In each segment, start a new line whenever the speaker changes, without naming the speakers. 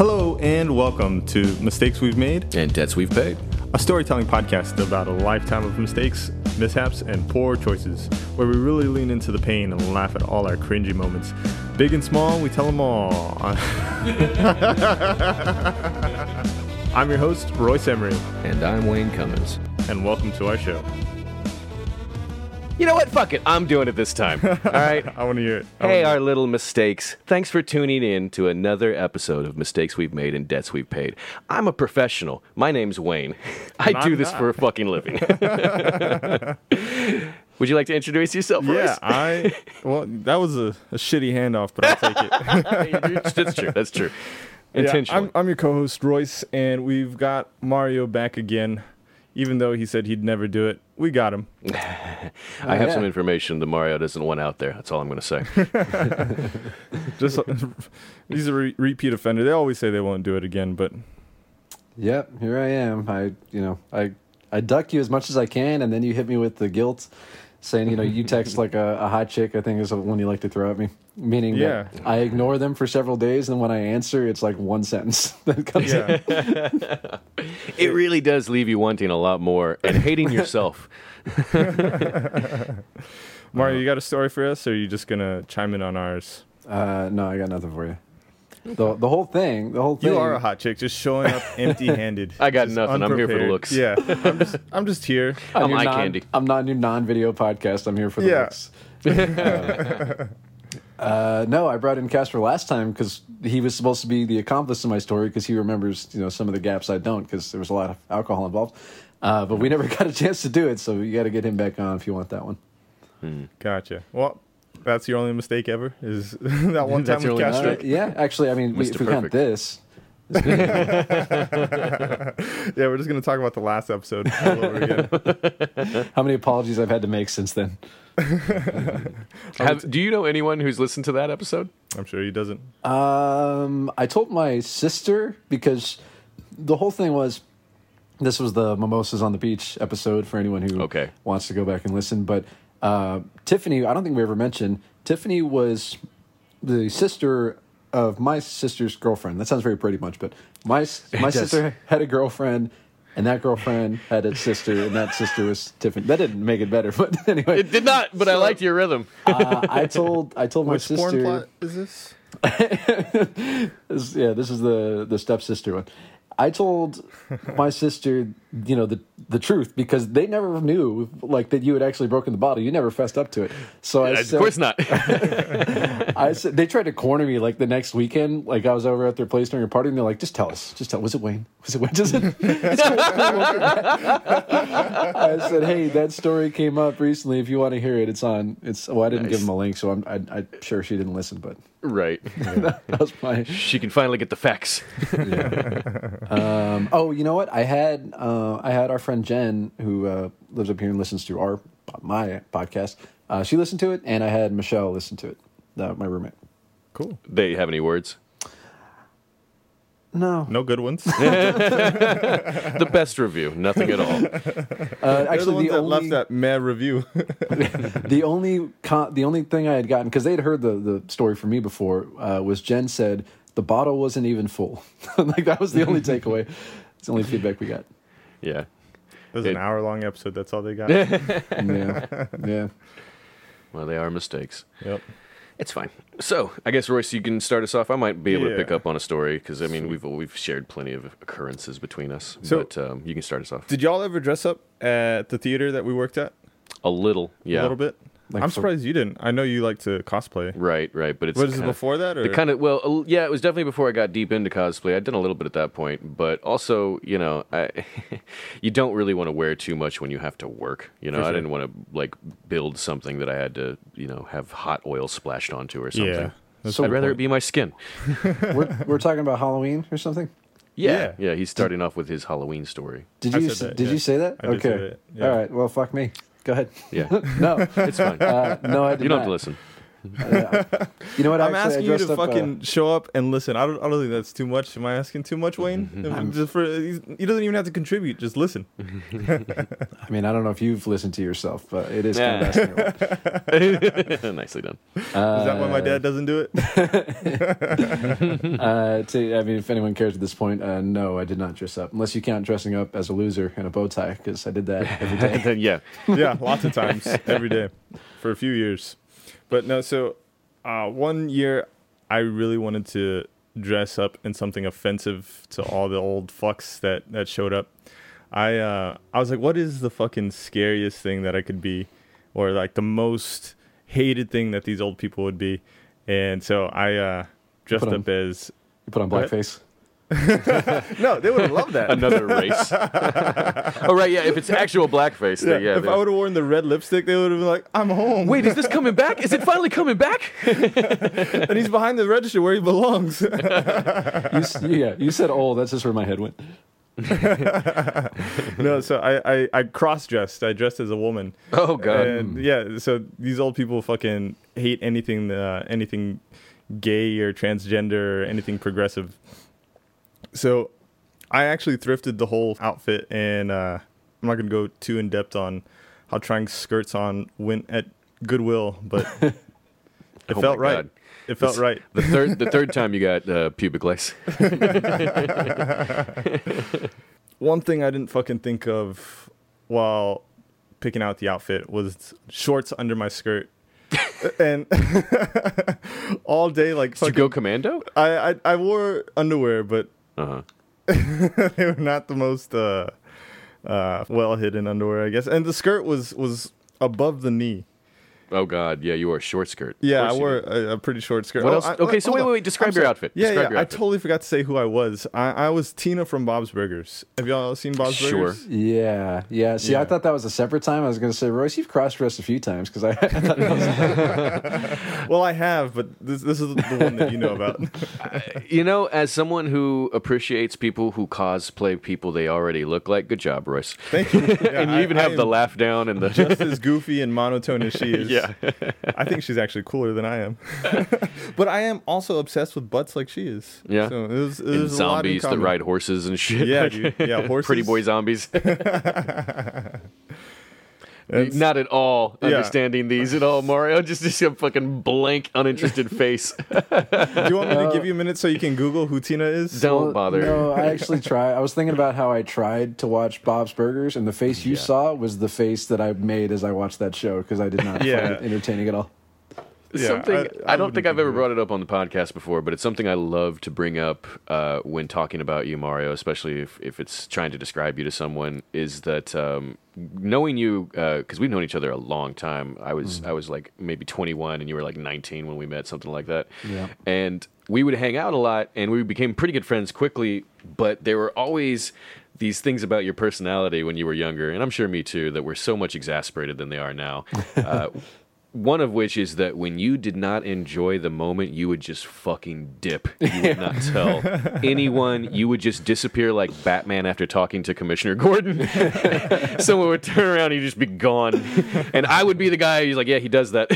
and welcome to Mistakes We've Made,
and debts we've paid.
a storytelling podcast about a lifetime of mistakes, mishaps, and poor choices, where we really lean into the pain and laugh at all our cringy moments. Big and small, we tell them all. I'm your host, Royce Emery,
And I'm Wayne Cummins.
and welcome to our show.
You know what? Fuck it. I'm doing it this time. All right.
I want to hear it. I
Hey,
wanna
our little mistakes. Thanks for tuning in to another episode of Mistakes We've Made and Debts We've Paid. I'm a professional. My name's Wayne. I
I'm
do this
not.
for a fucking living. Would you like to introduce yourself,
hear it. yeah,
Royce?
I. Well, that was a, a shitty handoff, but I'll take it.
That's true. That's true.
Yeah,
Intentional.
I'm, I'm your co-host Royce, and we've got Mario back again. Even though he said he'd never do it, we got him.
I have
yeah.
some information that Mario doesn't want out there. That's all I'm going to say.
Just he's a re- repeat offender. They always say they won't do it again, but
Yep, here I am. I, you know, I, I duck you as much as I can, and then you hit me with the guilt, saying, you know, you text like a, a hot chick. I think is the one you like to throw at me, meaning
Yeah.
that I ignore them for several days, and when I answer, it's like one sentence that comes. in.
yeah,
It really does leave you wanting a lot more and hating yourself.
Mario, you got a story for us, or are you just gonna chime in on ours?
Uh, no, I got nothing for you. The the whole thing, the whole thing.
You are a hot chick, just showing up empty-handed.
I got
Just
nothing. I'm here for the
unprepared.
looks.
Yeah, I'm just, I'm just here.
on
I'm
your
eye
non-
candy.
I'm not in your non-video podcast. I'm here for the
Yeah.
looks. Uh, no, I brought in Casper last time because he was supposed to be the accomplice in my story because he remembers you know some of the gaps I don't because there was a lot of alcohol involved. Uh, but we never got a chance to do it, so you got to get him back on if you want that one.
Gotcha. Well, that's your only mistake ever is that one time
That's your
with
only
Castro.
Uh, yeah, actually, I mean, we,
Mr.
if we count
Perfect.
this,
Yeah, we're just gonna talk about the last episode all over again.
how many apologies I've had to make since then?
Have, do you know anyone who's listened to that episode?
I'm sure he doesn't.
Um, I told my sister because the whole thing was this was the mimosas on the beach episode for anyone who
Okay.
wants to go back and listen. But uh, Tiffany, I don't think we ever mentioned Tiffany was the sister of my sister's girlfriend. That sounds very pretty much, but my s- my
does.
sister had a girlfriend. And that girlfriend had a sister, and that sister was Tiffany. That didn't make it better, but anyway,
It did not, but I liked your rhythm.
uh, I told I told my
Which
sister.
porn plot is this?
This- yeah, this is the the stepsister one. I told my sister, you know, the the truth because they never knew like that you had actually broken the bottle. You never fessed up to it. So I
Of
said,
course not.
I said they tried to corner me like the next weekend. Like I was over at their place during a party, and they're like, "Just tell us. Just tell. Was it Wayne? Was it Wayne? Just I said, "Hey, that story came up recently. If you want to hear it, it's on. It's. Well, I didn't give
Nice.
them a link, so I'm. I, I'm sure she didn't listen, but
right.
that was my
She can finally get the facts.
Um, oh, you know what? I had uh, I had our friend Jen who uh, lives up here and listens to our my podcast. Uh, she listened to it, and I had Michelle listen to it. Uh, my roommate.
Cool.
They have any words?
No,
No good ones.
The best review, nothing at all.
uh,
They're the
actually,
ones
the,
that
only
left that meh review.
the only con- the only thing I had gotten because they had heard the the story from me before uh, was Jen said the bottle wasn't even full. like that was the only takeaway. It's the only feedback we got.
Yeah.
It was
It-
an hour long episode. That's all they got. yep.
Yeah, yeah.
Well, they are mistakes.
Yep.
It's fine. So, I guess Royce, you can start us off. I might be able
Yeah.
to pick up on a story because I mean we've we've shared plenty of occurrences between us.
So-
but um, you can start us off
Did y'all ever dress up at the theater that we worked at?
a little.
A
Yeah.
little bit.
Like
I'm
for-
surprised you didn't. I know you like to cosplay.
Right. Right. But it's
Was it
kinda-
before that? Or?
The kind of well, uh, yeah, it was definitely before I got deep into cosplay. I'd done a little bit at that point, but also, you know, I, you don't really want to wear too much when you have to work. You know,
For
I
sure.
didn't want to like build something that I had to, you know, have hot oil splashed onto or something.
Yeah. That's
So-
I'd rather it be my skin.
We're we're talking about Halloween or something.
Yeah,
Yeah.
yeah. he's starting off with his Halloween story.
Did
I
you
said that,
did
yeah.
you say that?
I
okay.
did say that, yeah.
All right. Well, fuck me. Go ahead.
Yeah,
No,
it's fine.
uh, no, I did
you don't have
not.
to listen.
Uh, you know what?
I'm
actually, I
asking you
dressed
to
up, uh,
fucking show up and listen. I don't, I don't think that's too much. Am I asking too much,
Mm-hmm.
Wayne? Just for, he's- he doesn't even have to contribute. Just listen.
I mean, I don't know if you've listened to yourself, but it is kind
Yeah.
of asking. a lot.
Nicely done.
Is that why my dad doesn't do it?
Uh, to, I mean, if anyone cares at this point, uh, no, I did not dress up, unless you count dressing up as a loser in a bow tie, because I did that every day.
Then, yeah.
yeah, lots of times every day for a few years. But no, so uh, one year I really wanted to dress up in something offensive to all the old fucks that that showed up. I uh, I was like, what is the fucking scariest thing that I could be, or like the most hated thing that these old people would be? And so I uh, dressed
Put on-
up as
You put on
What?
blackface.
no, they would have loved that.
Another race. oh, right. Yeah. If it's actual blackface,
Yeah,
then yeah.
if I
they-
would have worn the red lipstick, they would have been like, I'm home.
Wait, is this coming back? Is it finally coming back?
and he's behind the register where he belongs.
You, s- yeah, you said old. That's just where my head went.
no, so I, I, I cross dressed. I dressed as a woman.
Oh god.
And yeah, so these old people fucking hate anything, uh, anything gay or transgender or anything progressive. So I actually thrifted the whole outfit, and uh, I'm not gonna go too in depth on how trying skirts on went at Goodwill, but it
Oh
felt
my
right.
God.
It felt right.
The third, the third time you got uh, pubic lice.
one thing I didn't fucking think of while picking out the outfit was shorts under my skirt. and all day, like
Did you
fucking,
go commando?
I, I I wore underwear, but
Uh huh.
they were not the most uh, uh, well hidden underwear, I guess. And the skirt was was above the knee.
Oh god. Yeah, you wore a short skirt. Of
Yeah, I
course you
wore
did.
a, a pretty short skirt.
What
Oh,
else?
I-
okay,
wait,
so
hold
wait,
on.
wait, wait. Describe
I'm
your
sorry.
outfit.
Yeah,
describe
yeah.
Your
I
outfit.
totally forgot to say who I was. I, I was Tina from Bob's Burgers. Have y'all seen Bob's
Sure.
Burgers?
Yeah, yeah. See,
Yeah.
I thought that was a separate time. I was going to say, Royce, you've cross dressed a few times because I, I thought that was
Well, I have, but this this is the one that you know about.
You know, as someone who appreciates people who cosplay people they already look like, good job, Royce.
Thank you. Yeah,
and you
I-
even
I
have the
am
laugh down and the.
Just as goofy and monotone as she is.
Yeah.
I think she's actually cooler than I am. but I am also obsessed with butts like she is.
Yeah.
So it was, it
And
was a lot in
zombies that
common.
ride horses and shit.
Yeah, dude. Yeah, horses.
Pretty boy zombies.
That's-
Not at all
Yeah.
understanding these at all, Mario. Just just a fucking blank, uninterested face.
Do you want me to give you a minute so you can Google who Tina is?
Don't
Well,
bother.
No, I actually tried. I was thinking about how I tried to watch Bob's Burgers, and the face you saw was the face that I made as I watched that show because I did not
Yeah.
find it entertaining at all.
Yeah,
something
I-
I,
I
don't think
wouldn't
I've ever
agree.
brought it up on the podcast before, but it's something I love to bring up uh, when talking about you, Mario, especially if, if it's trying to describe you to someone. Is that um, knowing you because we've known each other a long time? I was
Mm-hmm.
I was like maybe 21, and you were like 19 when we met, something like that.
Yeah.
And we would hang out a lot, and we became pretty good friends quickly. But there were always these things about your personality when you were younger, and I'm sure me too, that were so much exasperated than they are now. Uh, One of which is that when you did not enjoy the moment, you would just fucking dip. You would not tell anyone. You would just disappear like Batman after talking to Commissioner Gordon. Someone would turn around and you'd just be gone. And I would be the guy who's like, yeah, he does that.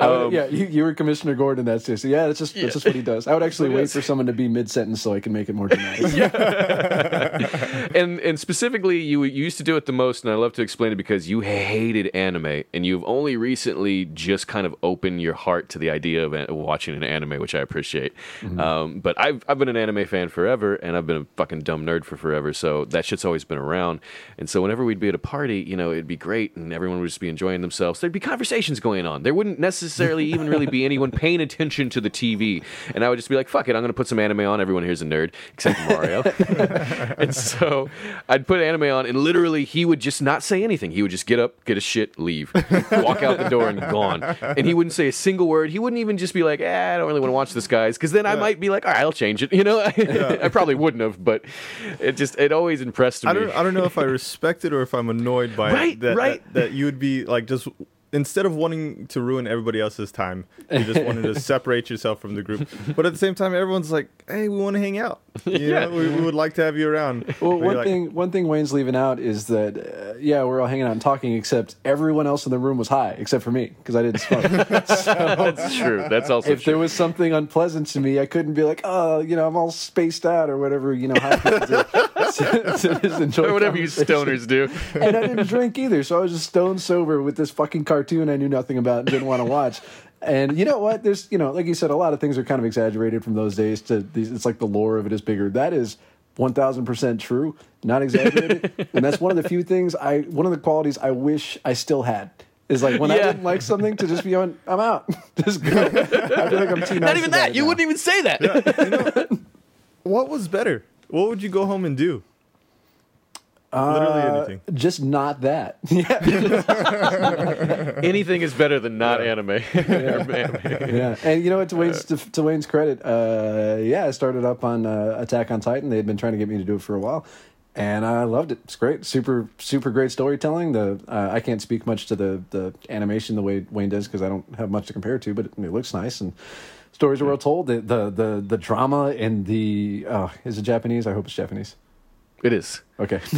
I
Um,
would- yeah, you, you were Commissioner Gordon. That's just yeah. That's just that's just what he does. I would actually wait for someone to be mid sentence so I can make it more dramatic.
and and specifically, you, you used to do it the most, and I love to explain it because you hated anime, and you've only recently just kind of opened your heart to the idea of an- watching an anime, which I appreciate. Um, but I've I've been an anime fan forever, and I've been a fucking dumb nerd for forever, so that shit's always been around. And so whenever we'd be at a party, you know, it'd be great, and everyone would just be enjoying themselves. There'd be conversations going on. There wouldn't necessarily even really be anyone paying attention to the TV, and I would just be like, "Fuck it, I'm gonna put some anime on." Everyone here's a nerd except Mario. and so I'd put anime on, and literally he would just not say anything. He would just get up, get his shit, leave, walk out the door, and gone. And he wouldn't say a single word. He wouldn't even just be like, eh, I don't really want to watch this, guys, because then I might be like, all right, I'll change it. You know, I probably wouldn't have, but it just it always impressed me.
I don't I don't know if I respect it or if I'm annoyed by it.
Right,
That,
right.
That, that you would be like just instead of wanting to ruin everybody else's time, you just wanted to separate yourself from the group. But at the same time, everyone's like, "Hey, we want to hang out. You know, we, we would like to have you around."
Well,
But you're
one
like,
thing one thing Wayne's leaving out is that uh, yeah, we're all hanging out and talking, except everyone else in the room was high except for me because I didn't smoke.
That's true. That's also
if there
true.
was something unpleasant to me, I couldn't be like, oh, you know, I'm all spaced out or whatever. You know, high people do. to, to just enjoy
Or whatever you
conversation.
stoners do.
and I didn't drink either, so I was just stone sober with this fucking cartoon I knew nothing about and didn't want to watch. And you know what? There's you know, like you said, a lot of things are kind of exaggerated from those days. To these, it's like the lore of it is bigger. That is. 1000% true, not exaggerated. and that's one of the few things I, one of the qualities I wish I still had is like when I
Yeah.
didn't like something to just be on, I'm out. just go. I feel like I'm too
Not even that. You
wouldn't.
wouldn't even say that.
"What was better? What would you go home and do?" Literally
Uh,
anything.
Just not that. Yeah.
Anything is better than not anime. anime.
yeah. And you know what? To Wayne's to, to Wayne's credit, uh, yeah, I started up on uh, Attack on Titan. They had been trying to get me to do it for a while, and I loved it. It's great, super, super great storytelling. The uh, I can't speak much to the the animation the way Wayne does because I don't have much to compare it to, but it, it looks nice and. Stories are well told. The the the, the drama and the uh, is it Japanese? I hope it's Japanese.
It is.
Okay.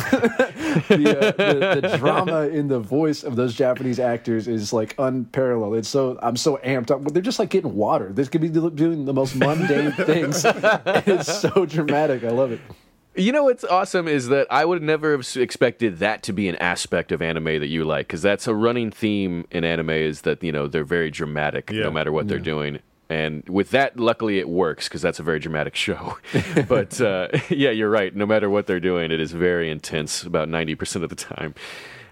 the, uh, the, the drama in the voice of those Japanese actors is like unparalleled. It's so I'm so amped up. They're just like getting water. They could be do- doing the most mundane things. It's so dramatic. I love it.
You know what's awesome is that I would never have s- expected that to be an aspect of anime that you like, because that's a running theme in anime is that you know they're very dramatic
Yeah.
no matter what they're doing, and with that, luckily it works because that's a very dramatic show. but uh, yeah, you're right. No matter what they're doing, it is very intense about ninety percent of the time.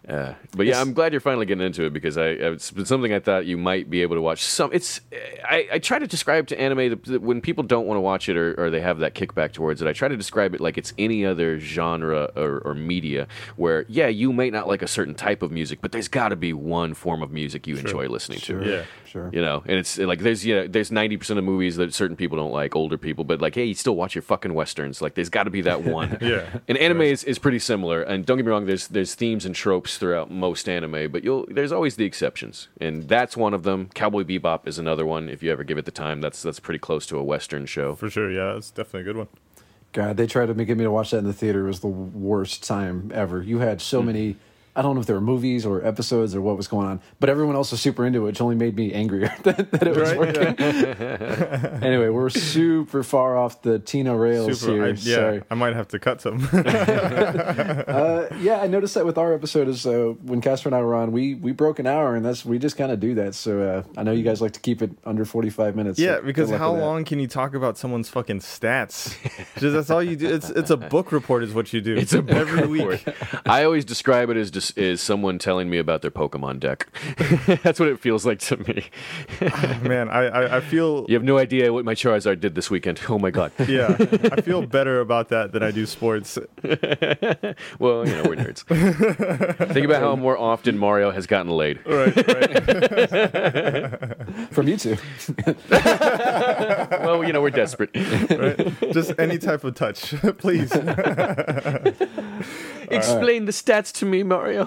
Uh, but yeah, I'm glad you're finally getting into it because I, I it's been something I thought you might be able to watch. Some it's I, I try to describe to anime that- that when people don't want to watch it or, or they have that kickback towards it. I try to describe it like it's any other genre or, or media where yeah, you may not like a certain type of music, but there's got to be one form of music you enjoy listening to.
Yeah.
Sure.
You know, and it's like there's you know there's ninety percent of movies that certain people don't like, older people, but like hey, you still watch your fucking westerns. Like there's got to be that one.
Yeah.
And anime is, is pretty similar. And don't get me wrong, there's there's themes and tropes throughout most anime, but you'll there's always the exceptions, and that's one of them. Cowboy Bebop is another one. If you ever give it the time, that's that's pretty close to a western show.
For sure. Yeah, that's definitely a good one.
God, they tried to make- get me to watch that in the theater. It was the worst time ever. You had so many. I don't know if there were movies or episodes or what was going on, but everyone else was super into it, which only made me angrier that, that it was
Right?
working.
Yeah.
Anyway, we're super far off the Tina rails
Super.
here.
I, yeah,
Oh, Sorry.
I might have to cut some.
Uh, yeah, I noticed that with our episode is uh, when Casper and I were on, we we broke an hour, and that's we just kind of do that. So uh, I know you guys like to keep it under forty five minutes. so
Yeah,
good
because
luck
how
with that.
long can you talk about someone's fucking stats? Just that's all you do. It's it's a book report, is what you do.
It's a book
every
report.
week.
I always describe it as just is someone telling me about their Pokemon deck. that's what it feels like to me.
Man, I I, I feel
You have no idea what my Charizard did this weekend. Oh my god.
yeah, I feel better about that than I do sports.
Well, you know we're nerds. Think about how more often Mario has gotten laid.
Right, right.
from you two?
Well, you know we're desperate.
Just any type of touch, please.
Explain the stats to me, Mario.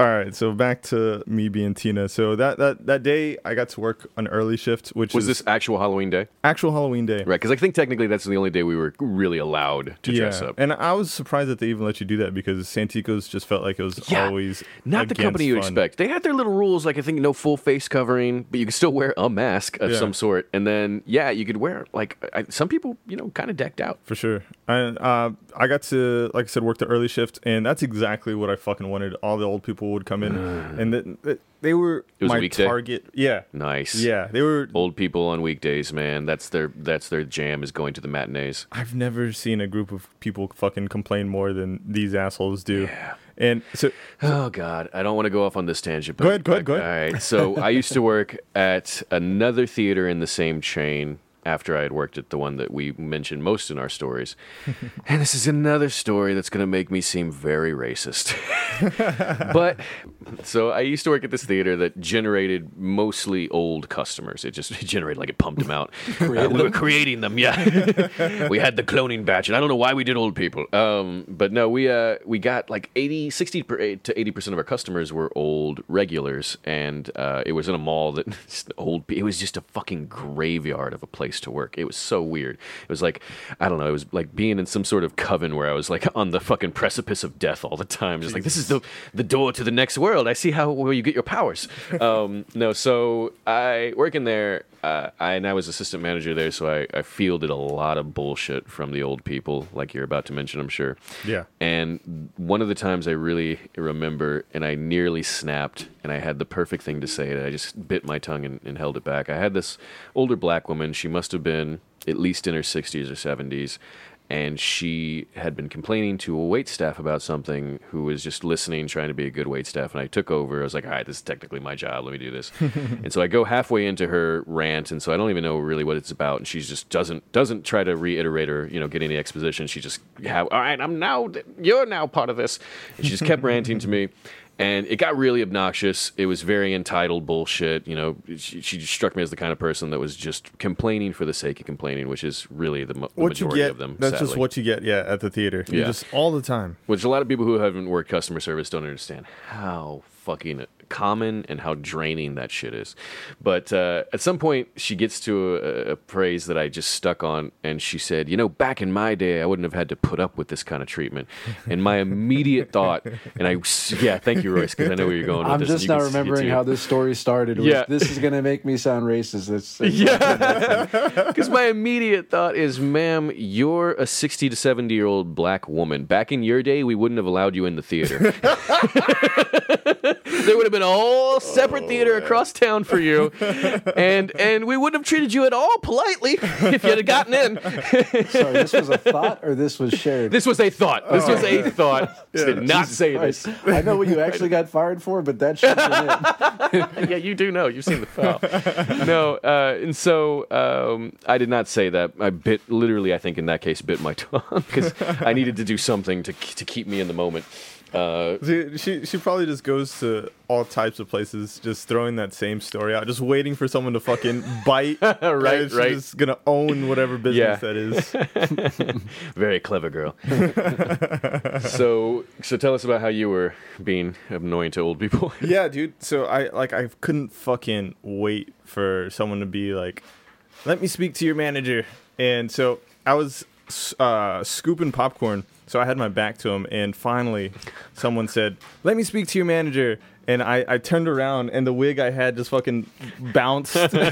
All right, so back to me being Tina. So that that that day, I got to work an early shift, which
Was
is
this actual Halloween day?
actual Halloween day.
Right, because I think technically that's the only day we were really allowed to dress up.
and I was surprised that they even let you do that because Santico's just felt like it was
Yeah,
always
Not the
against
company you
fun.
expect. They had their little rules, like I think no full face covering, but you can still wear a mask of
Yeah.
some sort. And then, yeah, you could wear like I, some people, you know, kind of decked out.
For sure. And uh, I got to, like I said, work the early shift, and that's exactly what I fucking wanted. All the old people would come in, and th- th- they were
Mm. It was a
my
weekday?
target. Yeah.
Nice.
Yeah. They were.
Old people on weekdays, man. That's their that's their jam is going to the matinees.
I've never seen a group of people fucking complain more than these assholes do. Yeah. And so,
Oh God, I don't want to go off on this tangent. But
Go ahead, go ahead, go ahead.
All right, so I used to work at another theater in the same chain. after I had worked at the one that we mentioned most in our stories. and this is another story that's going to make me seem very racist. but so I used to work at this theater that generated mostly old customers. It just it generated like it pumped them out. Uh, we were creating them, yeah. we had the cloning batch, and I don't know why we did old people. Um, but no, we uh, we got like 80, 60 per- to eighty percent of our customers were old regulars, and uh, it was in a mall that just old. pe- It was just a fucking graveyard of a place to work. It was so weird. It was like I don't know. It was like being in some sort of coven where I was like on the fucking precipice of death all the time. Just like this is the the door to the next world. I see how where you get your powers. Um, no, so I working there. Uh, I and I was assistant manager there, so I, I fielded a lot of bullshit from the old people, like you're about to mention, I'm sure.
Yeah.
And one of the times I really remember, and I nearly snapped, and I had the perfect thing to say, and I just bit my tongue and, and held it back. I had this older black woman. She must have been at least in her 60s or 70s. And she had been complaining to a wait staff about something who was just listening, trying to be a good wait staff. And I took over. I was like, all right, this is technically my job. Let me do this. and so I go halfway into her rant. And so I don't even know really what it's about. And she's just doesn't doesn't try to reiterate or, you know, get any exposition. She just, yeah, all right, I'm now, you're now part of this. And she just kept ranting to me and it got really obnoxious. It was very entitled bullshit. You know, she, she just struck me as the kind of person that was just complaining for the sake of complaining, which is really the, mo- the
What you
majority
get?
of them.
that's just
sadly.
what you get. Yeah, at the theater, You're
Yeah.
just all the time.
Which a lot of people who haven't worked customer service don't understand how fucking common and how draining that shit is. But uh, at some point, she gets to a, a phrase that I just stuck on, and she said, You know, back in my day, I wouldn't have had to put up with this kind of treatment. And my immediate thought, and I, yeah, thank you, Royce, because I know where you're going with
I'm
this. and
just
you
now
can see it
remembering
too.
how this story started. Was,
Yeah.
This is going to make me sound racist. It's, it's-
Yeah. Because my immediate thought is, ma'am, you're a 60 to 70 year old black woman. Back in your day, we wouldn't have allowed you in the theater. there would have been a whole separate theater across town for you, and and we wouldn't have treated you at all politely if you'd have gotten in.
Sorry, this was a thought or this was shared?
This was a thought. This was a thought. Did not say this.
Christ. I know what you actually got fired for, but that shit's in it.
yeah, you do know. You've seen the file. no, uh, and so um, I did not say that. I bit literally. I think in that case, bit my tongue because I needed to do something to to keep me in the moment. Uh,
She, she she probably just goes to all types of places, just throwing that same story out, just waiting for someone to fucking bite. right,
Right,
she's
right.
Just gonna own whatever business
Yeah.
that is.
very clever girl. so, so tell us about how you were being annoying to old people.
yeah, dude. So I like I couldn't fucking wait for someone to be like, "Let me speak to your manager." And so I was uh, scooping popcorn, so I had my back to him, and finally, someone said, "Let me speak to your manager." And I, I turned around and the wig I had just fucking bounced. and I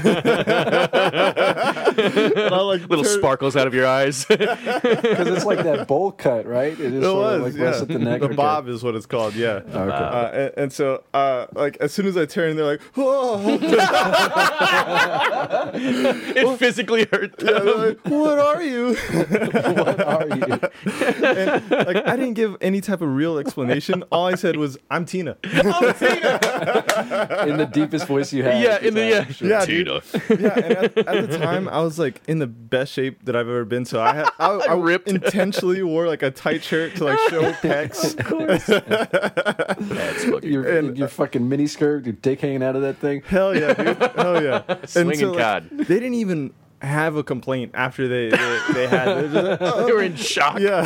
like
Little
turned-
sparkles out of your eyes.
Because it's like that bowl cut, right? It is
It
sort
was
of like
yeah.
less at the neck. Okay.
bob is what it's called. Yeah.
Okay.
Uh, and, and so, uh, like as soon as I turn, they're like, "Whoa!"
it physically hurt.
Yeah, they're like, what are you?
what are you?
And, like I didn't give any type of real explanation. All I said was, "I'm Tina."
In the deepest voice you have.
Yeah, in the yeah,
Yeah,
Tina.
Yeah, and at, at the time I was like in the best shape that I've ever been. So I had, I, I
Ripped.
intentionally wore like a tight shirt to like show pecs.
That's fucking
Your, your fucking mini skirt, your dick hanging out of that thing.
Hell yeah, dude. Hell yeah. And
Swinging cod.
They didn't even have a complaint after they they, they had. It. They're just like,
They were in shock.
yeah,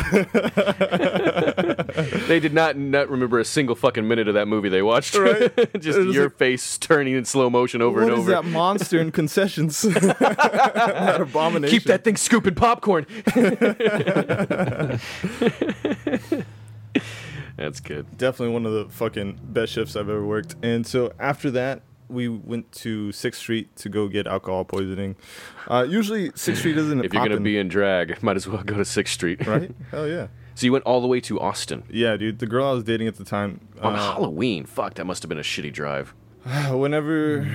They did not not remember a single fucking minute of that movie they watched.
Right.
Just
It was
your
like-
face turning in slow motion over
what
and
is
over.
that monster in concessions? that abomination.
Keep that thing scooping popcorn. That's good.
definitely one of the fucking best shifts I've ever worked. And so after that, we went to Sixth Street to go get alcohol poisoning. Uh, usually, Sixth Street isn't.
If you're gonna
poppin',
be in drag, might as well go to Sixth Street.
right, hell yeah,
So you went all the way to Austin
yeah, dude. The girl I was dating at the time.
on
Uh,
Halloween. Fuck, that must have been a shitty drive.
whenever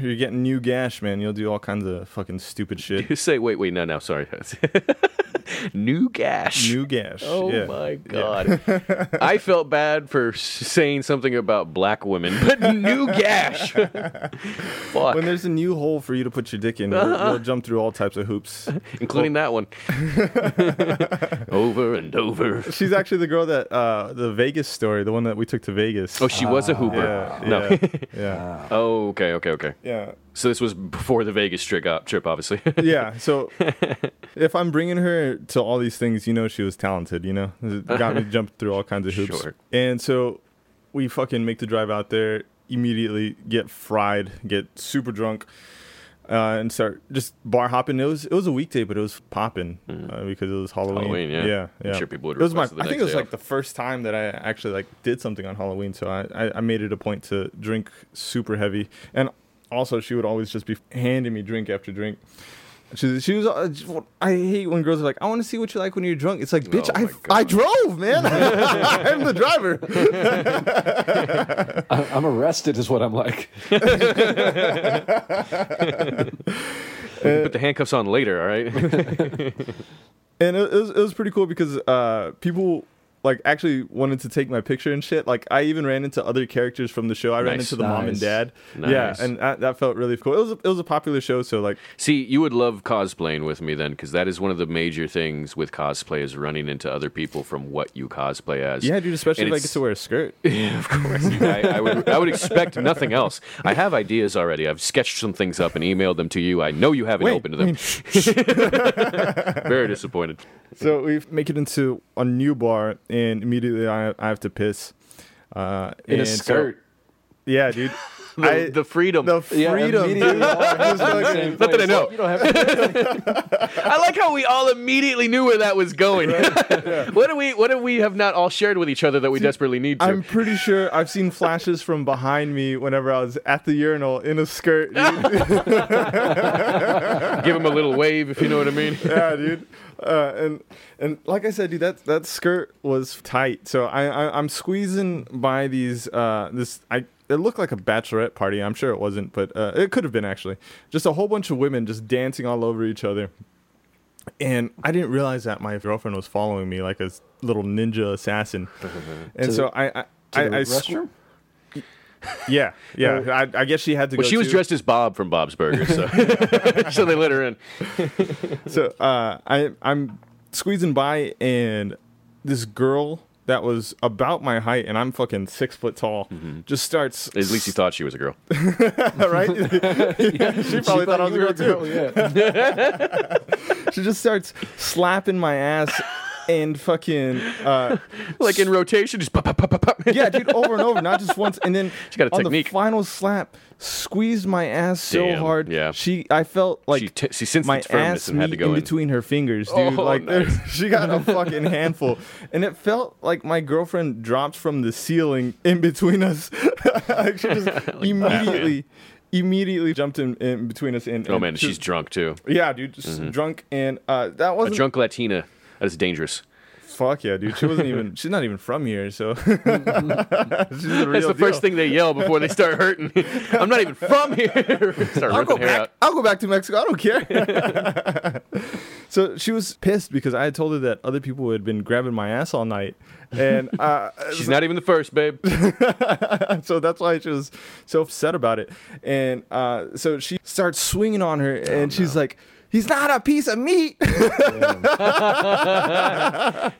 You're getting new gash, man. You'll do all kinds of fucking stupid shit.
You say, wait, wait, no, no, sorry. New gash.
new gash.
oh
yeah.
my god. I felt bad for s- saying something about black women, but new gash. Fuck.
When there's a new hole for you to put your dick in, you'll, you'll jump through all types of hoops.
Including that one. over and over.
She's actually the girl that uh, the Vegas story, the one that we took to Vegas.
Oh, she was a hooper.
Ah, yeah,
no.
yeah, yeah,
Oh, okay, okay, okay.
yeah.
So this was before the Vegas trip, uh, trip obviously.
yeah. So if I'm bringing her to all these things, you know, she was talented. You know, It got me jumping through all kinds of hoops.
Sure.
And so we fucking make the drive out there immediately, get fried, get super drunk, uh, and start just bar hopping. It was it was a weekday, but it was popping uh, because it was Halloween.
Mm. Halloween, yeah.
yeah,
I'm
yeah.
sure people would
It was my.
request the
I
next
think it was
day
like
off.
the first time that I actually like did something on Halloween, so I, I, I made it a point to drink super heavy, and also she would always just be handing me drink after drink. She, she was. Uh, j- what- I hate when girls are like, "I want to see what you like when you're drunk." It's like, bitch,
Oh my
I, I
God.
drove, man. I'm the driver.
I, I'm arrested, is what I'm like.
Put the handcuffs on later, all right?
and it, it was it was pretty cool because uh people like actually wanted to take my picture and shit. Like I even ran into other characters from the show. I ran
Nice.
into the mom and
Nice.
dad.
Nice.
Yeah, and that, that felt really cool. It was a, it was a popular show, so like
See, you would love cosplaying with me then, because that is one of the major things with cosplay is running into other people from what you cosplay as.
yeah, dude. Especially
And
if I get
it's-
to wear a skirt.
Yeah, of course. I, I would. I would expect nothing else. I have ideas already. I've sketched some things up and emailed them to you. I know you haven't opened to them. Very disappointed.
so we make it into a new bar, and immediately I I have to piss. Uh,
In a
and so-
skirt.
yeah, dude.
The, the freedom.
the
Yeah,
freedom.
immediately
dude.
all in
Just
the
like-
same
Not that I
place.
know.
You don't have to-
I like how we all immediately knew where that was going. what do we? What do we have not all shared with each other that we desperately need to?
I'm pretty sure I've seen flashes from behind me whenever I was at the urinal in a skirt. dude.
Give him a little wave if you know what I mean.
yeah, dude. Uh, and and like I said, dude, that that skirt was tight. So I, I I'm squeezing by these uh this I it looked like a bachelorette party. I'm sure it wasn't, but uh, it could have been actually. Just a whole bunch of women just dancing all over each other. And I didn't realize that my girlfriend was following me like a s- little ninja assassin. and
To
so I I
to
I,
the
I squ-
restroom? Oh.
yeah yeah I, I guess she had to
But
go
she was
too.
dressed as Bob from Bob's Burgers, so so they let her in.
so uh, I I'm squeezing by, and this girl that was about my height, and I'm fucking six foot tall, just starts.
Mm-hmm. At least he thought she was a girl.
right? she probably thought I was a
you were
girl too.
Yeah.
She just starts slapping my ass. And fucking uh,
Like in rotation, just pop, pop, pop, pop, pop.
yeah, dude, over and over, not just once. And then
She got a
on
technique.
the final slap, squeezed my ass so
Damn,
hard.
yeah.
she, I felt like
she, t- she sensed
my
its firmness
ass
and had to
meat
go
in
in.
between her fingers, dude.
Oh,
like there-
nice.
she got a fucking handful, and it felt like my girlfriend dropped from the ceiling in between us. like she just immediately, immediately jumped in, in between us. And,
Oh
and
man, she's
just-
drunk too.
yeah, dude, just drunk, and uh, that
A
wasn't
drunk Latina. That is dangerous.
fuck yeah, dude. She wasn't even. she's not even from here, so she's the real
That's the first
deal.
thing they yell before they start hurting. I'm not even from here. start
I'll go
ripping hair
back.
out.
I'll go back to Mexico. I don't care. so she was pissed because I had told her that other people had been grabbing my ass all night, and uh,
She's not even the first, babe.
so that's why she was so upset about it. And uh, so she starts swinging on her, and she's like, "He's not a piece of meat."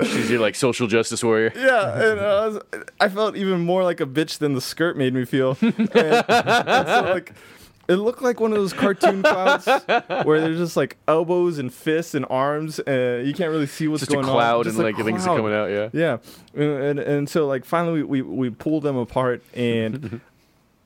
She's your like social justice warrior.
yeah, and I, was, I felt even more like a bitch than the skirt made me feel. And- and so, like, it looked like one of those cartoon clouds where there's just like elbows and fists and arms. Uh, you can't really see what's
Just a
going on.
cloud
Just
and
a
like things are
cloud.
coming out. Yeah.
Yeah, and and, and so like finally we, we we pull them apart and.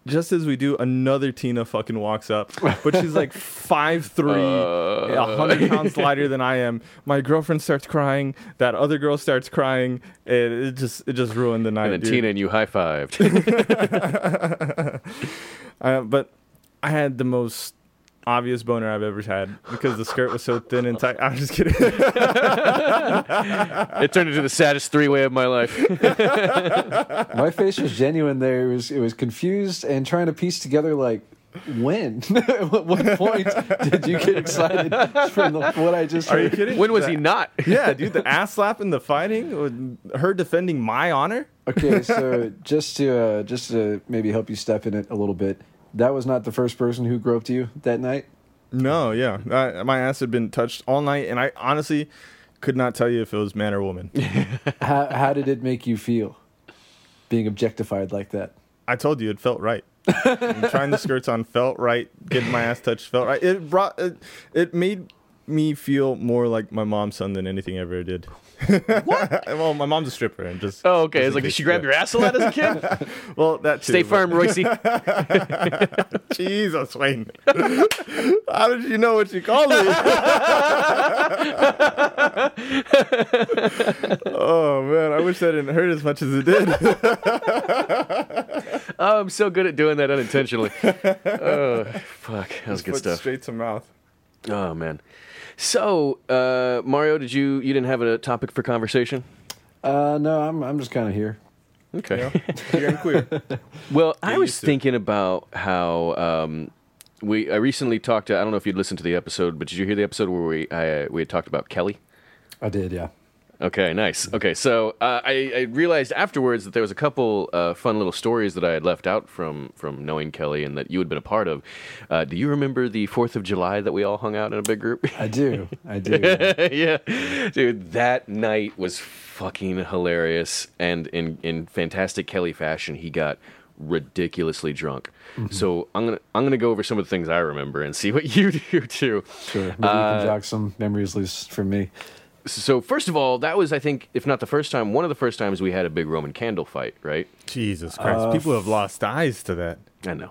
Just as we do, another Tina fucking walks up, but she's like five three, a hundred pounds lighter than I am. My girlfriend starts crying. That other girl starts crying. And it just it just ruined the night.
And then
dude.
Tina and you high fived.
Uh, but I had the most obvious boner I've ever had because the skirt was so thin and tight. I'm just kidding.
it turned into the saddest three way of my life.
My face was genuine there. It was, it was confused and trying to piece together, like, when? At what point did you get excited from the, what I just
Are you
heard?
kidding?
When was
The-
he not?
Yeah, dude, the ass slap in the fighting, with her defending my honor.
Okay, so just to uh, just to maybe help you step in it a little bit, that was not the first person who groped you that night.
No, yeah, I, my ass had been touched all night, and I honestly could not tell you if it was man or woman.
How how did it make you feel being objectified like that?
I told you it felt right. And trying the skirts on felt right. Getting my ass touched felt right. It brought it, it made me feel more like my mom's son than anything I ever did. What? well, my mom's a stripper and just.
Oh, okay.
just a
It's like,
big
did she grab
stripper.
your ass a lot as a kid?
Well, that too,
Stay
but-
firm, Royce.
Jesus, Wayne. How did you know what you called me? oh man, I wish that didn't hurt as much as it did.
Oh, I'm so good at doing that unintentionally. Oh, fuck. That was good
Put
stuff.
Straight to mouth.
Oh, man. So, uh, Mario, did you, you didn't have a topic for conversation?
Uh, no, I'm I'm just kind of here.
Okay.
You know? You're in queer.
Well, I was
used to it.
thinking about how um, we. I recently talked to. I don't know if you'd listened to the episode, but did you hear the episode where we I, we had talked about Kelly?
I did, yeah.
Okay, nice. Okay, so uh, I, I realized afterwards that there was a couple uh, fun little stories that I had left out from from knowing Kelly and that you had been a part of. Uh, do you remember the Fourth of July that we all hung out in a big group?
I do, I do.
yeah, dude, that night was fucking hilarious, and in in fantastic Kelly fashion, he got ridiculously drunk. So I'm gonna I'm gonna go over some of the things I remember and see what you do too. Uh,
Sure, maybe you can jog some memories loose for me.
So first of all, that was I think if not the first time, one of the first times we had a big Roman candle fight, right?
Jesus Christ. People have lost eyes to that.
I know.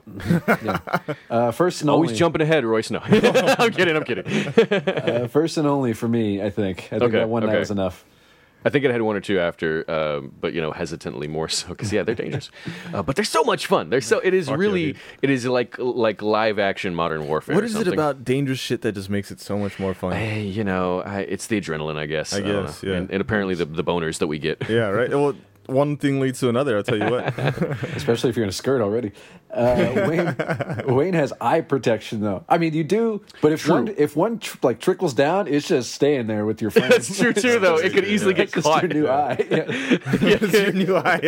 Uh, first and
Always
only,
jumping ahead, Royce. No, I'm kidding. I'm kidding.
uh, first and only for me. I think. I think
Okay,
that one
okay.
night was enough.
I think I had one or two after, um, but you know, hesitantly more so because yeah, they're dangerous. Uh, but they're so much fun. They're so it is
Fuck yeah,
really
dude.
it is like like live action modern warfare.
What
or
is it
something.
about dangerous shit that just makes it so much more fun?
Eh, you know, I, it's the adrenaline, I guess.
I
don't
guess,
know.
yeah.
And, and apparently the, the boners that we get.
yeah, right. Well, one thing leads to another. I'll tell you what.
especially if you're in a skirt already. Uh, Wayne, Wayne has eye protection though. I mean, you do, but if
True.
one if one tr- like trickles down, it's just staying there with your friends.
That's true too, though. It could easily get
It's just
caught.
your new eye. Yeah.
It's your new eye.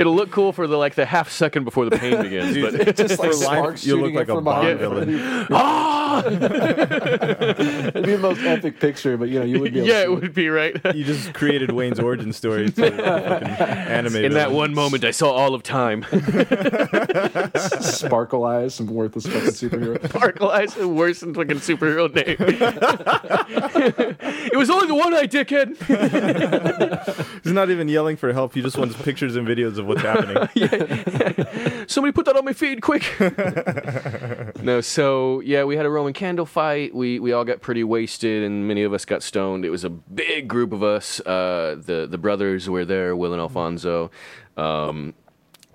It'll look cool for the like the half second before the pain begins.
Dude,
but
Just like
For life,
sparks
you look
shooting
like
it
a
from
Bond
behind.
villain.
Ah!
It'd be the most epic picture, but you know you would be. Able
yeah,
to
it
see
would be right.
you just created Wayne's origin story to fucking animate
In that
it.
one moment, I saw all of time.
sparkle eyes, some worthless fucking superhero.
Sparkle Eyes, the worst fucking superhero name. it was only the one eye, dickhead.
He's not even yelling for help. He just wants pictures and videos of what's happening.
Somebody put that on my feed, quick! no, so yeah, we had a Roman candle fight. We we all got pretty wasted, and many of us got stoned. It was a big group of us. Uh, the the brothers were there, Will and Alfonso. Um,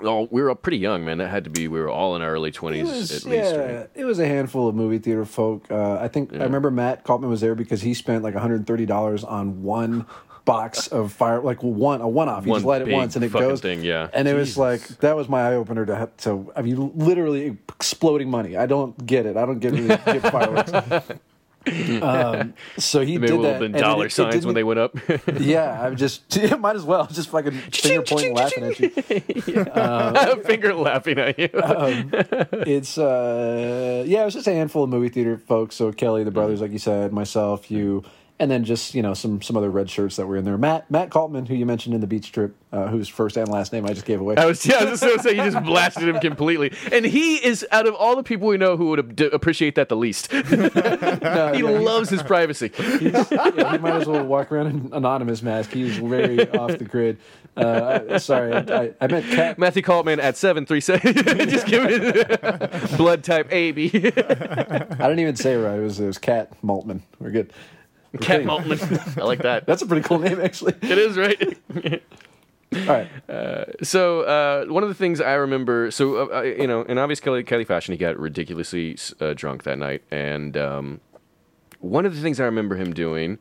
all, we were all pretty young, man. That had to be. We were all in our early
It
twenties,
was,
at least.
yeah,
right?
it was a handful of movie theater folk. Uh, I think I remember Matt Kaltman was there because he spent like $130 on one box of fire, like one a one off. You
One
just light it
big
once and it
fucking
goes.
thing, yeah.
And it was like that was my eye opener to have to. I mean, literally exploding money. I don't get it. I don't get, really get fireworks. um, so he
Maybe
did
we'll
that.
have been
and it-
dollar
it
signs when
didn't-
they went up.
Yeah, I'm just might as well just fucking finger pointing, laughing at you.
Finger laughing at you.
it's uh yeah, it was just a handful of movie theater folks. So Kelly, the brothers, like you said, myself, you, and then just you know some some other red shirts that were in there. Matt Matt Kaltman, who you mentioned in the beach trip, uh, whose first and last name I just gave away.
I was, yeah, I was just gonna say you just blasted him completely, and he is out of all the people we know who would ab- d- appreciate that the least. he loves his privacy.
He's- yeah, he might as well walk around in anonymous mask. He's very off the grid. Uh, I- sorry, I, I, I meant Cat.
Matthew Kaltman at seven three seven. just give it blood type A B.
I didn't even say it right. It was it was Cat Maltman. We're good.
Cat Maltman. I like that.
That's a pretty cool name, actually.
It is right.
All right.
So uh, one of the things I remember, so uh, uh, you know, in obvious Kelly, Kelly fashion, he got ridiculously uh, drunk that night, and um, one of the things I remember him doing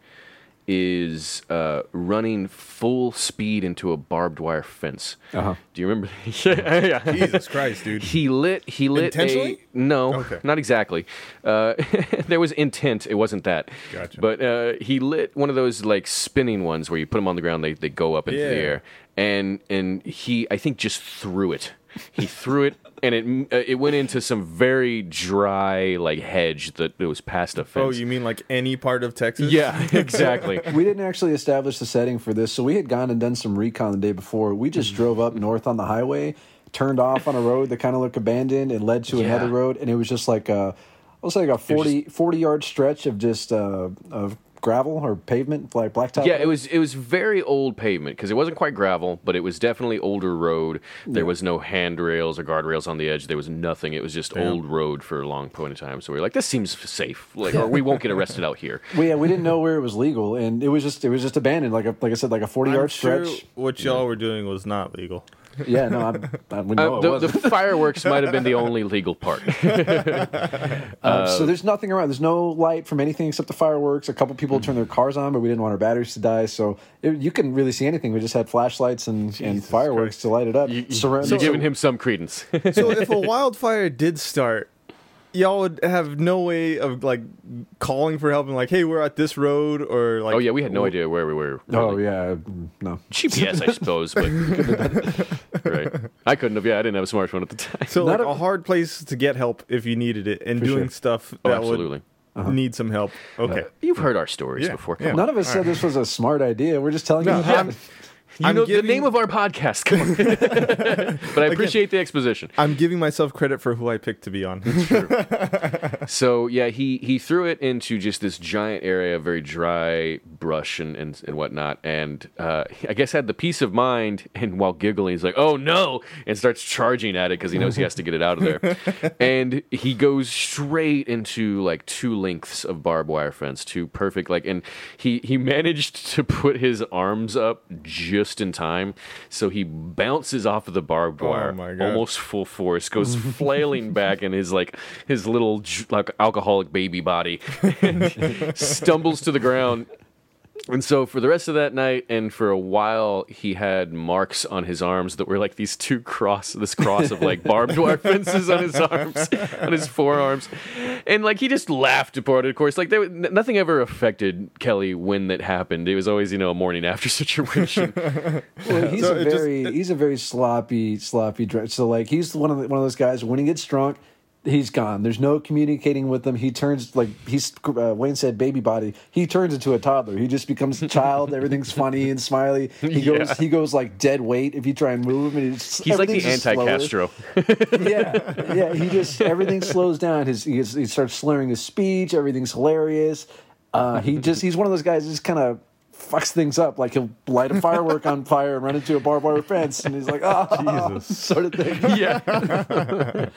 is uh, running full speed into a barbed wire fence.
Uh-huh.
Do you remember? yeah. yeah.
Jesus Christ, dude.
He lit. He lit.
Intentionally?
A, no,
Okay.
not exactly. Uh, there was intent. It wasn't that.
Gotcha.
But uh, he lit one of those like spinning ones where you put them on the ground, they they go up into the
Yeah.
air, and and he I think just threw it. He threw it, and it uh, it went into some very dry like hedge that it was past a fence.
Oh, you mean like any part of Texas?
yeah, exactly.
We didn't actually establish the setting for this, so we had gone and done some recon the day before. We
Mm-hmm.
just drove up north on the highway, turned off on a road that kind of looked abandoned, and led to
Yeah.
another road, and it was just like a, let's say like a 40, 40 yard stretch of just uh, of gravel or pavement, like blacktop.
Yeah, it was it was very old pavement because it wasn't quite gravel, but it was definitely older road. There was no handrails or guardrails on the edge. There was nothing. It was just old road for a long point of time. So we were like, this seems safe, like, or we won't get arrested out here.
We, yeah, we didn't know where it was legal, and it was just it was just abandoned, like a, like I said, like a forty
I'm
yard
sure
stretch.
what y'all were doing was not legal.
Yeah, no, I'm, I, we know
Uh,
it
the, the
wasn't.
fireworks might have been the only legal part.
Um, so there's nothing around. There's no light from anything except the fireworks. A couple people turned their cars on, but we didn't want our batteries to die, so it, you couldn't really see anything. We just had flashlights and, and
Jesus
fireworks
Christ.
to light it up.
You,
Surround-
are giving him some credence.
So if a wildfire did start, y'all would have no way of like calling for help and like, hey, we're at this road or like.
oh yeah, we had no idea where we were.
Oh
really.
yeah, mm, no.
GPS, I suppose, but right. I couldn't have. Yeah, I didn't have a smartphone at the time.
So
Not
like
a-
a, hard place to get help if you needed it, and doing
sure.
stuff
Oh,
that
absolutely. Uh,
would need some help. Okay,
You've heard our stories
Yeah,
before. Come
yeah.
on.
None of us said this was a smart idea. We're just telling
No,
you.
I'm-
You
I'm
know
giving-
the name of our podcast, come on. but I appreciate the exposition.
I'm giving myself credit for who I picked to be on.
So yeah, he he threw it into just this giant area of very dry brush and and, and whatnot, and uh, I guess had the peace of mind. And while giggling, he's like, "Oh no!" and starts charging at it because he knows he has to get it out of there. and he goes straight into like two lengths of barbed wire fence, two perfect like, and he he managed to put his arms up just in time, so he bounces off of the barbed wire
my God.
almost almost full force, goes flailing back in his like his little j- like alcoholic baby body, and stumbles to the ground. And so for the rest of that night, and for a while, he had marks on his arms that were like these two cross, this cross of like barbed wire fences on his arms, on his forearms, and like he just laughed about it. Of course, like there, was- n- nothing ever affected Kelly when that happened. It was always you know a morning after situation.
Well, he's
So
a
it just-
very
it-
he's a very sloppy sloppy driver. So like he's one of the, one of those guys when he gets drunk, he's gone. There's no communicating with him. He turns like he's uh, Wayne said baby body. He turns into a toddler. He just becomes a child. Everything's funny and smiley. He
Yeah.
goes he goes like dead weight if you try and move him. And it's,
He's like the
everything's just slower.
anti-Castro.
yeah, yeah. He just everything slows down. His he, gets, he starts slurring his speech. Everything's hilarious. Uh, he just he's one of those guys that just kind of fucks things up. Like he'll light a firework on fire and run into a barbed wire fence, and he's like, oh,
Jesus.
sort of thing.
yeah.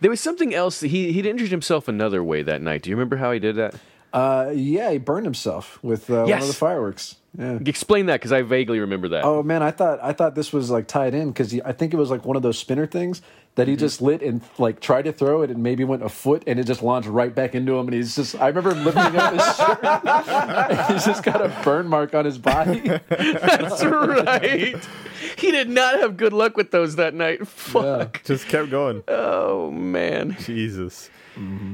there was something else. He he'd injured himself another way that night. Do you remember how he did that?
Uh, yeah, he burned himself with uh, one
Yes.
of the fireworks. Yeah.
Explain that because I vaguely remember that.
Oh man, I thought I thought this was like tied in because I think it was like one of those spinner things that he just lit and like tried to throw it and maybe went a foot and it just launched right back into him and he's just I remember him lifting up his shirt. he's just got a burn mark on his body.
That's right. He did not have good luck with those that night. Fuck.
Just kept going.
Oh man.
Jesus.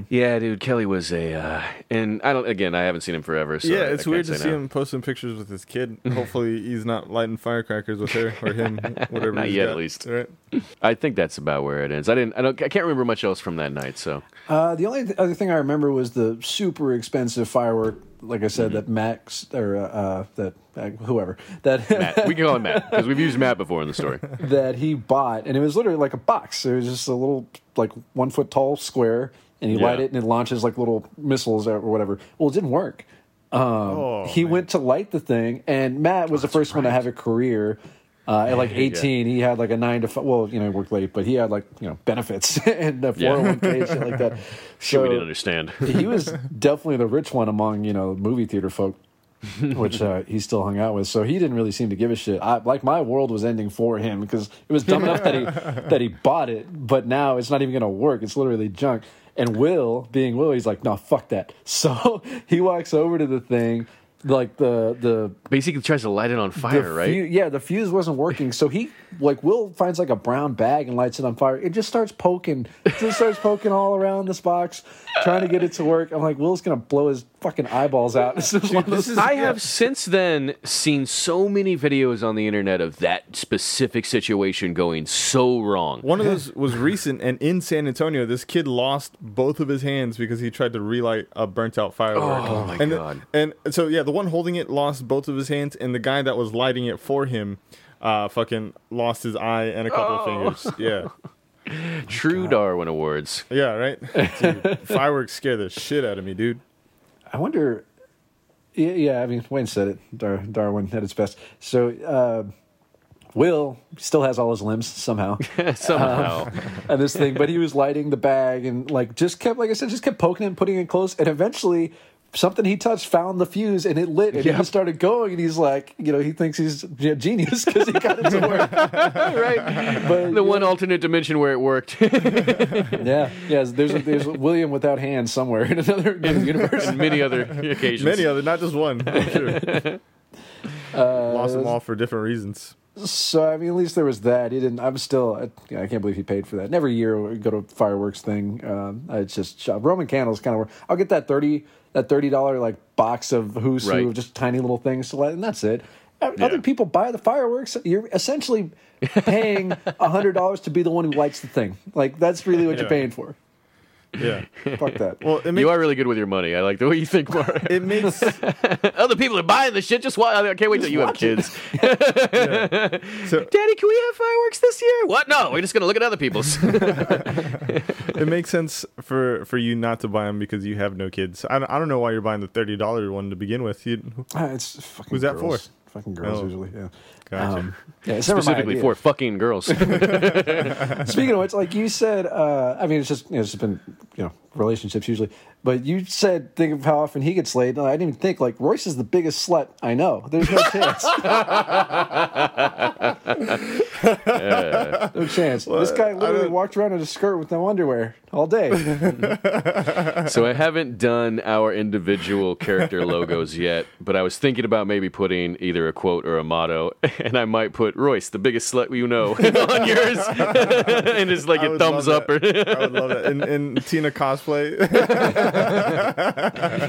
Yeah, dude. Kelly was a, uh, and I don't. Again, I haven't seen him forever. So I-
yeah,
I
it's
can't
weird to
say
see
now.
him posting pictures with his kid. Hopefully, he's not lighting firecrackers with her or him, whatever.
Not
he's
yet, at
got,
least.
Right?
I think that's about where it ends. I didn't. I don't. I can't remember much else from that night. So
Uh, the only th- other thing I remember was the super expensive firework. Like I said, that Max or uh, uh, that uh, whoever that
Matt, we can call him Matt because we've used Matt before in the story.
that he bought, and it was literally like a box. It was just a little, like one foot tall square, and he
Yeah.
light it, and it launches like little missiles or whatever. Well, it didn't work. Um,
Oh,
he went to light the thing, and Matt was the first one to have a career. Uh, at like 18, he had like a nine to five. Well, you know, he worked late, but he had like, you know, benefits and a
Yeah.
401k and shit like that.
Shit, we
So-
didn't understand.
he was definitely the rich one among you know movie theater folk which uh, he still hung out with so he didn't really seem to give a shit I, like my world was ending for him because it was dumb enough that he that he bought it but now it's not even going to work it's literally junk and will being will he's like no fuck that so he walks over to the thing like the the
Basically, tries to light it on fire,
the
right?
fu- yeah, the fuse wasn't working, so he like Will finds like a brown bag and lights it on fire. It just starts poking, it just starts poking all around this box, trying to get it to work. I'm like, Will's gonna blow his fucking eyeballs out. This is one of those-
I have since then seen so many videos on the internet of that specific situation going so wrong.
One of those was recent, and in San Antonio, this kid lost both of his hands because he tried to relight a burnt out firework.
Oh, my
and
God.
and so yeah, the one holding it lost both of his hands, and the guy that was lighting it for him, uh, fucking lost his eye and a
Oh.
couple fingers. Yeah,
True Darwin Awards.
yeah, right. Dude, fireworks scare the shit out of me, dude.
I wonder. Yeah, yeah, I mean, Wayne said it. Dar- Darwin at its best. So, uh, Will still has all his limbs somehow,
Somehow.
and this thing, but he was lighting the bag and like just kept, like I said, just kept poking and putting it close, and eventually. Something he touched found the fuse and it lit and he
Yep.
just started going and he's like, you know, he thinks he's a genius because he got it to work.
right.
But
The one alternate dimension where it worked in
yeah, yeah, there's a, there's a William without hands somewhere in another universe.
many other occasions.
Many other, not just one. I'm sure.
Uh,
lost them all for different reasons.
So I mean, at least there was that. He didn't. I'm still. I, I can't believe he paid for that. And every year we go to a fireworks thing. Um, it's just shop. Roman candles kind of work. I'll get that thirty that thirty dollar like box of who's
Right.
who of just tiny little things to light, and that's it. O-
Yeah.
Other people buy the fireworks. You're essentially paying hundred dollars to be the one who lights the thing. Like that's really what you're
Yeah.
paying for.
Yeah.
Fuck that.
Well, it makes
You are really good with your money. I like the way you think, Mark.
it makes
other people are buying the shit. Just why? I can't wait till you have kids.
so
Daddy, can we have fireworks this year? What? No, we're just gonna look at other people's.
it makes sense for for you not to buy them because you have no kids. I don't, I don't know why you're buying the thirty dollar one to begin with. You,
Ah, it's fucking.
Who's that for?
girls. Fucking girls
Oh.
usually. Yeah.
Gotcha.
Um, yeah, it's never my
Specifically
idea.
for fucking girls.
Speaking of which, like you said, uh, I mean, it's just you know, it's just been you know relationships usually, but you said think of how often he gets laid. And I didn't even think like Royce is the biggest slut I know. There's no chance. no chance. this guy literally
don't-
walked around in a skirt with no underwear all day.
So I haven't done our individual character logos yet, but I was thinking about maybe putting either a quote or a motto, and I might put Royce, the biggest slut you know, on yours, and just like
I
a
would
thumbs
love
up or
that. I would love that. And, and Tina cosplay.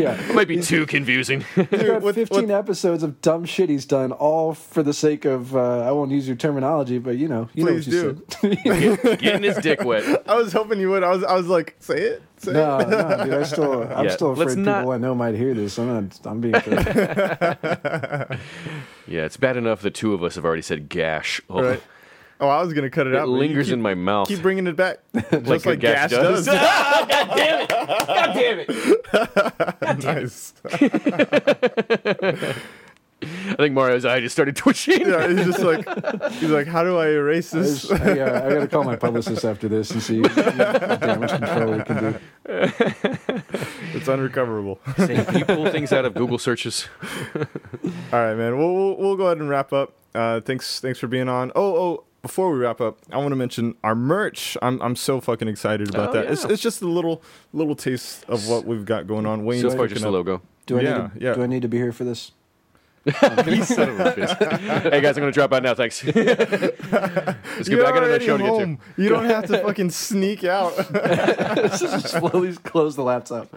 yeah.
it might be too confusing.
He's got
with-
15
with-
episodes of dumb shit he's done, all for the sake of, uh, I won't use your terminology, but you know, you
Please
know what
do.
you said.
Getting his dick wet.
I was hoping you would. I was I was like, say it. Say it.
No, no, dude. I still, I'm
Yeah,
still
let's
afraid
not-
people I know might hear this. I'm not. I'm being. Afraid.
Yeah, it's bad enough the two of us have already said gash. Oh,
Right. Oh, I was gonna cut it,
It
out. but you
lingers
keep,
in my mouth.
Keep bringing it back, just like,
a
gas, does.
Ah, God damn it! God damn it!
nice.
I think Mario's eye just started twitching.
yeah, he's just like he's like, how do I erase
I,
this?
just- I, uh, I gotta call my publicist after this and see what damage control we can do.
It's unrecoverable.
Say, can you pull things out of Google searches?
All right, man. We'll, we'll we'll go ahead and wrap up. Uh, thanks thanks for being on. Oh oh. Before we wrap up, I want to mention our merch. I'm I'm so fucking excited about
Oh,
that. It's
yeah.
it's just a little little taste of what we've got going on. Wayne's
So far,
picking
just a
up-
logo.
Do I
Yeah,
need to,
yeah.
Do I need to be here for this?
Son of a bitch. hey guys, I'm gonna drop out now. Thanks. Let's get
You're
back on that
already
show to get to.
home. You don't have to fucking sneak out.
just slowly close the laptop.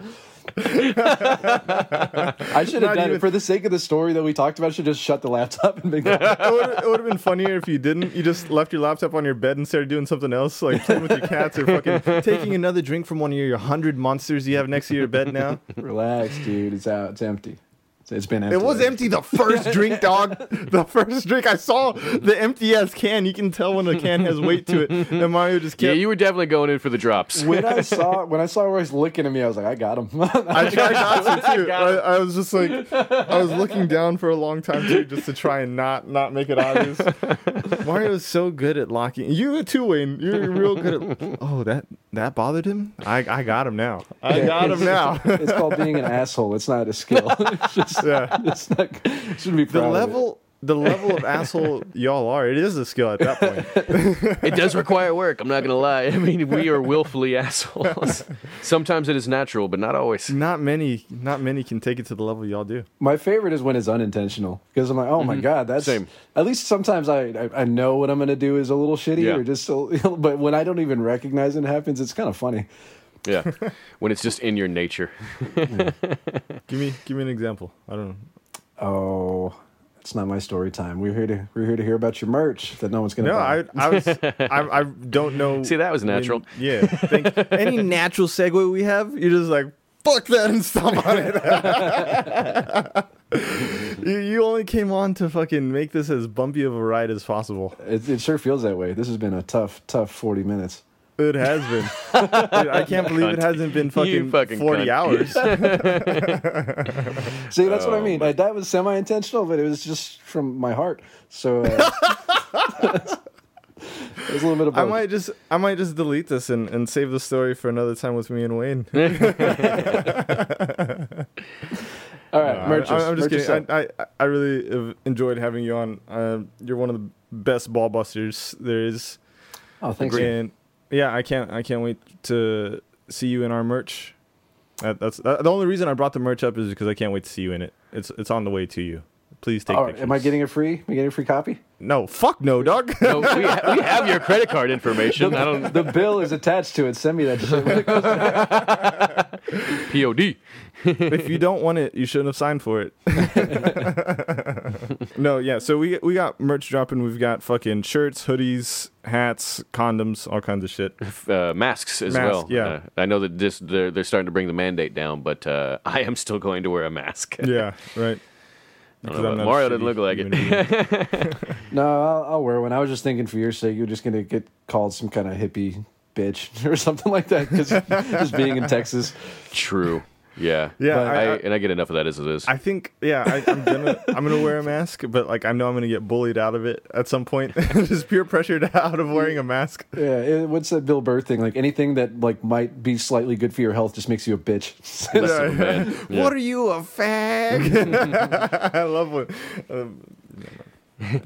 I should
Not
have done
even-
it for the sake of the story that we talked about. I should just shut the laptop and make that.
it would it would have been funnier if you didn't. You just left your laptop on your bed and started doing something else, like playing with your cats or fucking taking another drink from one of your hundred monsters you have next to your bed now.
Relax, dude. It's out. It's empty. It's- It's been empty.
It was empty the first drink, dog. The first drink I saw the empty ass can. You can tell when the can has weight to it. And Mario just
Yeah,
kept.
you were definitely going in for the drops.
When I saw when I saw Royce looking at me, I was like, I got him.
I tried not to too.
got
I, I was just like, I was looking down for a long time too, just to try and not not make it obvious. Mario's so good at locking. You too, Wayne. You're real good at. Oh, that that bothered him. I I got him now. I
Yeah.
got him now.
it's called being an asshole. It's not a skill. it's just
yeah.
it's not, shouldn't be proud
The
of it.
level the level of asshole y'all are, it is a skill at that point.
It does require work. I'm not gonna lie. I mean, we are willfully assholes. Sometimes it is natural, but not always.
Not many, not many can take it to the level y'all do.
My favorite is when it's unintentional because I'm like, oh
Mm-hmm.
my god, that's
Same.
at least sometimes I, I I know what I'm gonna do is a little shitty
Yeah.
or just a, but when I don't even recognize it happens, it's kind of funny.
Yeah, when it's just in your nature.
Give me, give me an example. I don't know.
Oh, it's not my story time. We're here to we're here to hear about your merch that no one's gonna
No, I,
buy.
I was, I, I don't know.
See, that was
when-
natural.
yeah. Think, any natural segue we have, you're just like, fuck that and stop on it. you, you only came on to fucking make this as bumpy of a ride as possible.
It, it sure feels that way. This has been a tough, tough 40 minutes.
It has been. Dude, I can't believe it hasn't been fucking,
fucking
40
cunt.
hours.
See, that's what I mean. Like, that was semi intentional, but it was just from my heart. So, uh, it was a little bit of
I
both.
might just I might just delete this and, and save the story for another time with me and Wayne.
All right,
Uh, I,
merch. us,
am just
merch us
kidding.
up.
I, I, I really have enjoyed having you on. Uh, you're one of the best ball busters there is.
oh, thanks. man.
And yeah, I can't I can't wait to see you in our merch. That, that's uh, the only reason I brought the merch up is because I can't wait to see you in it. It's it's on the way to you. Please take
All right,
pictures.
am I getting a free? Am I getting a free copy?
no, fuck no, dog.
No, we, ha- we have your credit card information. I don't
The bill is attached to it. Send me that shit. when it goes-
POD.
if you don't want it, you shouldn't have signed for it. no, yeah. So we we got merch dropping. We've got fucking shirts, hoodies, hats, condoms, all kinds of shit.
uh, masks as
Mask,
well.
yeah.
Uh, I know that this they're, they're starting to bring the mandate down, but uh, I am still going to wear a mask.
Yeah, right.
know, but Mario doesn't look like it.
it.
no, I'll, I'll wear one. I was just thinking for your sake, you're just gonna get called some kind of hippie bitch or something like that because just being in Texas.
True. Yeah.
Yeah,
I,
I- I-
and I get enough of that as it is.
I think yeah, I, I'm gonna I'm gonna wear a mask, but like I know I'm gonna get bullied out of it at some point. Just peer pressured out of wearing a mask.
Yeah, it, what's that Bill Burr thing? Like anything that like might be slightly good for your health just makes you a bitch.
Less of a man. Yeah.
What are you a fag? I love when um,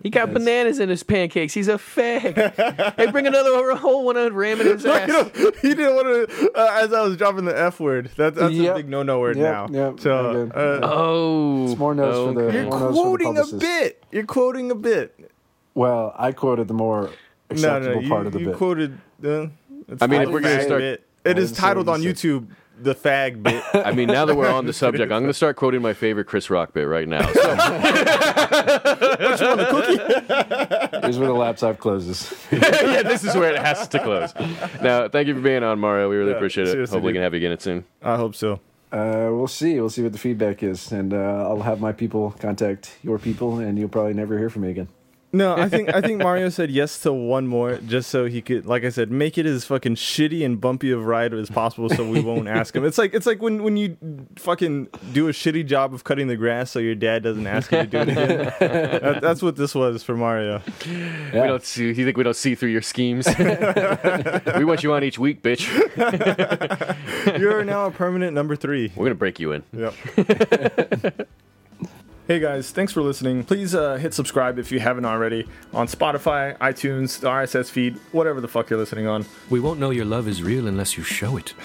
He got bananas in his pancakes. He's a fag. hey, bring another whole one and ram in his ass.
he didn't want to. Uh, as I was dropping the F word, that, that's
Yep.
a big no-no word now.
Yep, yep,
so
okay.
uh,
Oh,
It's more notes for the-
okay.
you're
Everyone knows who the
quoting a
publicist.
bit. You're quoting a bit.
well, I quoted the more
No,
acceptable
no, you,
part of the
you
bit.
quoted. Uh, it's
I mean, if
fag
we're gonna start-
bit. it
I
is
didn't say
titled
what
on
you
YouTube the fag bit.
I mean, now that we're on the subject, I'm going to start quoting my favorite Chris Rock bit right now. So,
Here's where the laptop closes.
yeah, this is where it has to close. Now, thank you for being on, Mario. We really appreciate it.
seriously,
Hopefully, we
dude.
can have you again soon.
I hope so.
Uh, we'll see. We'll see what the feedback is, and uh, I'll have my people contact your people, and you'll probably never hear from me again.
No, I think I think Mario said yes to one more just so he could, like I said, make it as fucking shitty and bumpy of ride as possible, so we won't ask him. It's like it's like when when you fucking do a shitty job of cutting the grass, so your dad doesn't ask you to do it again. that, that's what this was for Mario.
Yeah.
We don't see. You think we don't see through your schemes? we want you on each week, bitch.
You are now a permanent number three.
We're gonna break you in.
Yep. hey guys, thanks for listening. Please uh, hit subscribe if you haven't already on Spotify, iTunes, the RSS feed, whatever the fuck you're listening on.
We won't know your love is real unless you show it.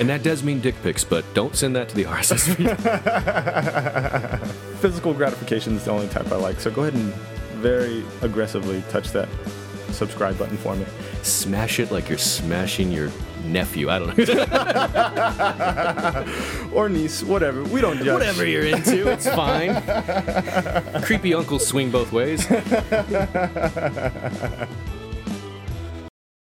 and that does mean dick pics, but don't send that to the RSS feed.
physical gratification is the only type I like. So go ahead and very aggressively touch that subscribe button for me.
Smash it like you're smashing your nephew. I don't know.
Or niece, whatever. We don't judge.
Whatever you're into, it's fine. Creepy uncles swing both ways.